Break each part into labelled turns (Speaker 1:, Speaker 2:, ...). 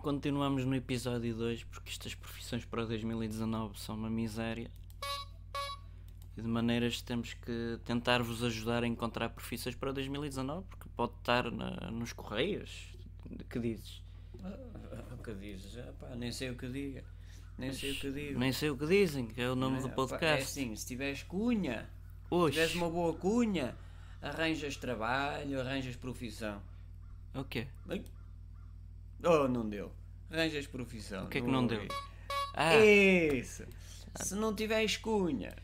Speaker 1: continuamos no episódio 2 porque estas profissões para 2019 são uma miséria. E de maneiras temos que tentar vos ajudar a encontrar profissões para 2019 porque pode estar na- nos correios. Que dizes?
Speaker 2: Ah, O que dizes? Ah, pá, nem sei o que diga. Nem sei o que digo.
Speaker 1: Nem sei o que dizem, que é o nome
Speaker 2: Ah,
Speaker 1: do
Speaker 2: pá, É
Speaker 1: podcast.
Speaker 2: assim, se tiveres cunha, se
Speaker 1: Oxe,
Speaker 2: tiveres uma boa cunha, arranjas trabalho, arranjas profissão.
Speaker 1: é o quê?
Speaker 2: Ai. Oh, não deu. Arranjas profissão.
Speaker 1: O que é que não deu?
Speaker 2: ouvi.
Speaker 1: Ah,
Speaker 2: É. Isso! Se não tiveres cunha,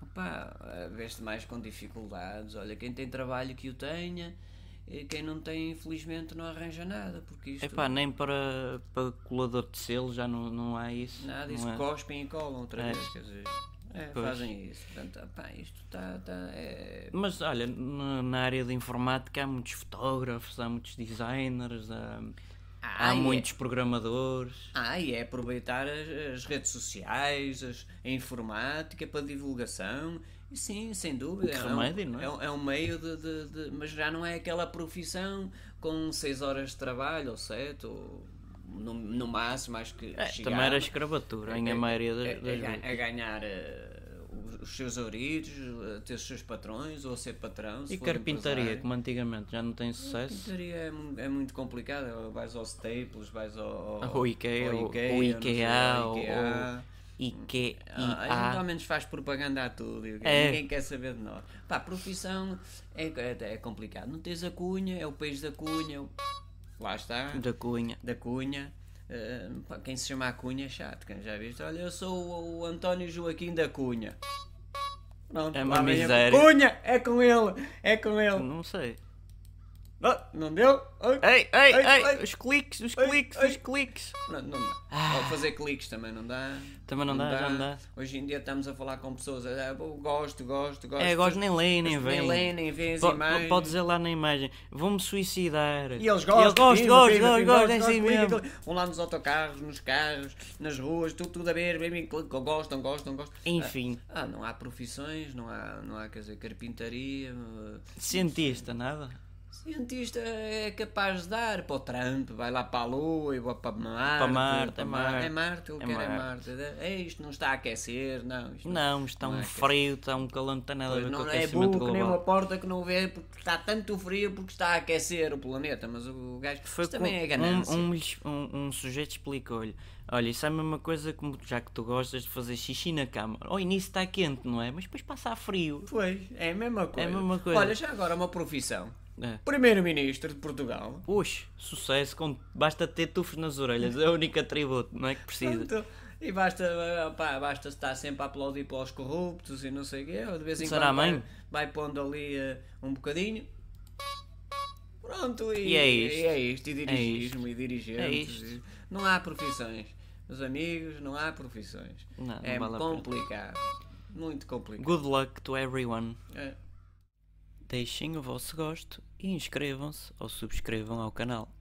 Speaker 2: opá, veste mais com dificuldades. Olha, quem tem trabalho que o tenha, e quem não tem, infelizmente, não arranja nada, porque isto.
Speaker 1: epá, nem para, para colador de selo já não, não há isso.
Speaker 2: Nada,
Speaker 1: não
Speaker 2: isso
Speaker 1: é?
Speaker 2: cospem e colam outra
Speaker 1: É.
Speaker 2: vez, quer dizer. é,
Speaker 1: Pois.
Speaker 2: fazem isso. Portanto, opá, isto está. Tá, é...
Speaker 1: Mas olha, na na área de informática há muitos fotógrafos, há muitos designers, há, há
Speaker 2: Ah, é.
Speaker 1: muitos programadores.
Speaker 2: Ah, e é aproveitar as, as redes sociais, as- a informática para divulgação. E sim, sem dúvida.
Speaker 1: Que
Speaker 2: é um-
Speaker 1: remédio, não é?
Speaker 2: é? um- é um meio de, de- de- Mas já não é aquela profissão com 6 horas de trabalho ou 7, ou no, no máximo, acho que.
Speaker 1: É,
Speaker 2: chegava.
Speaker 1: também era escravatura, em a maioria das,
Speaker 2: a,
Speaker 1: das
Speaker 2: a ga-
Speaker 1: vezes.
Speaker 2: a é ganhar eh, os, os seus ouriços, a ter os seus patrões, ou a ser patrão. se
Speaker 1: E
Speaker 2: for
Speaker 1: carpintaria,
Speaker 2: empresário.
Speaker 1: como antigamente já é não tem sucesso.
Speaker 2: Carpintaria é, mu- é muito complicado. Vais ao Staples, vais ao,
Speaker 1: Ou Ah, IKEA, ou ou
Speaker 2: não sei,
Speaker 1: IKEA,
Speaker 2: ao
Speaker 1: ou
Speaker 2: IKEA.
Speaker 1: ou IKEA.
Speaker 2: Ah, a gente ao menos faz propaganda a tudo. e
Speaker 1: É.
Speaker 2: Ninguém quer saber de nós. Pá, profissão é, é, é complicado. Não tens a cunha, é o país da cunha. é o- Lá está
Speaker 1: da Cunha.
Speaker 2: da Cunha. eh, pá, quem se chama a Cunha é chato, quem já viste? Olha, eu sou o, o António Joaquim da Cunha. Pronto,
Speaker 1: É uma
Speaker 2: lá vem a-
Speaker 1: miséria. Hum.
Speaker 2: Cunha, é com ele, é com ele.
Speaker 1: Não sei.
Speaker 2: Ah, não deu? Ai,
Speaker 1: Ei, ei,
Speaker 2: Ei,
Speaker 1: ei,
Speaker 2: ei.
Speaker 1: os cliques, os
Speaker 2: Ei,
Speaker 1: cliques,
Speaker 2: ei.
Speaker 1: os cliques.
Speaker 2: Não, não dá. Ou fazer cliques também não dá.
Speaker 1: Ah. Também não dá, já não dá.
Speaker 2: Hoje em dia estamos a falar com pessoas. Ah, eu gosto, gosto, gosto.
Speaker 1: É, gosto nem leem, nem
Speaker 2: nem
Speaker 1: vêm.
Speaker 2: leem, nem vêem as
Speaker 1: Po- po-
Speaker 2: imagens.
Speaker 1: Pode dizer lá na imagem, vou-me suicidar.
Speaker 2: E eles
Speaker 1: Eu
Speaker 2: gostam.
Speaker 1: gosto,
Speaker 2: pima,
Speaker 1: gosto,
Speaker 2: pima,
Speaker 1: gosto,
Speaker 2: pima,
Speaker 1: gosto, é assim
Speaker 2: clica,
Speaker 1: mesmo.
Speaker 2: clica. Vão lá nos autocarros, nos carros, nas ruas, tudo, tudo a ver, bem, bem, clica, gostam, gostam, gostam.
Speaker 1: Enfim.
Speaker 2: Ah, não há profissões, não há, não há quer dizer, carpintaria. eh,
Speaker 1: Cientista, nada?
Speaker 2: Cientista é capaz de dar para o Trump, vai lá para a Lua e vai para Marte.
Speaker 1: Para Marte,
Speaker 2: para
Speaker 1: é
Speaker 2: Mar-
Speaker 1: Marte.
Speaker 2: É Marte, ele
Speaker 1: É
Speaker 2: quer
Speaker 1: Marte.
Speaker 2: é Marte. É, isto não está a aquecer, não. Isto
Speaker 1: Não, está
Speaker 2: não
Speaker 1: um
Speaker 2: é que-
Speaker 1: frio, está um calor, não tem nada a ver
Speaker 2: Pois
Speaker 1: com o
Speaker 2: não é
Speaker 1: aquecimento
Speaker 2: burro que nem uma
Speaker 1: global.
Speaker 2: porta que não vê porque está tanto frio porque está a aquecer o planeta, mas o gajo
Speaker 1: Foi
Speaker 2: isto também
Speaker 1: com-
Speaker 2: é ganância.
Speaker 1: um, um lhes- um- um sujeito explicou-lhe: Olha, isso é a mesma coisa como já que tu gostas de fazer xixi na cama. Ao início está quente, não é? Mas depois passa a frio.
Speaker 2: Pois, é a mesma coisa.
Speaker 1: mesma coisa.
Speaker 2: Olha, já agora uma profissão.
Speaker 1: É.
Speaker 2: Primeiro-Ministro de Portugal.
Speaker 1: Oxe, sucesso, com- basta ter tufos nas orelhas, é o único atributo, não é que precisa.
Speaker 2: Portanto, E basta, eh, pá, basta estar sempre a aplaudir para os corruptos e não sei o quê. ou De vez em
Speaker 1: Será
Speaker 2: quando vai-
Speaker 1: mãe?
Speaker 2: vai, pondo ali eh, um bocadinho. Pronto, e,
Speaker 1: E é isto.
Speaker 2: E, é isto, e dirigismo, e
Speaker 1: É
Speaker 2: dirigentes.
Speaker 1: isto.
Speaker 2: e- Não há profissões. Meus amigos, não há profissões.
Speaker 1: Não, não
Speaker 2: é
Speaker 1: vale a pena.
Speaker 2: complicado. Muito complicado.
Speaker 1: Good luck to everyone.
Speaker 2: É.
Speaker 1: Deixem o vosso gosto e inscrevam-se ou subscrevam ao canal.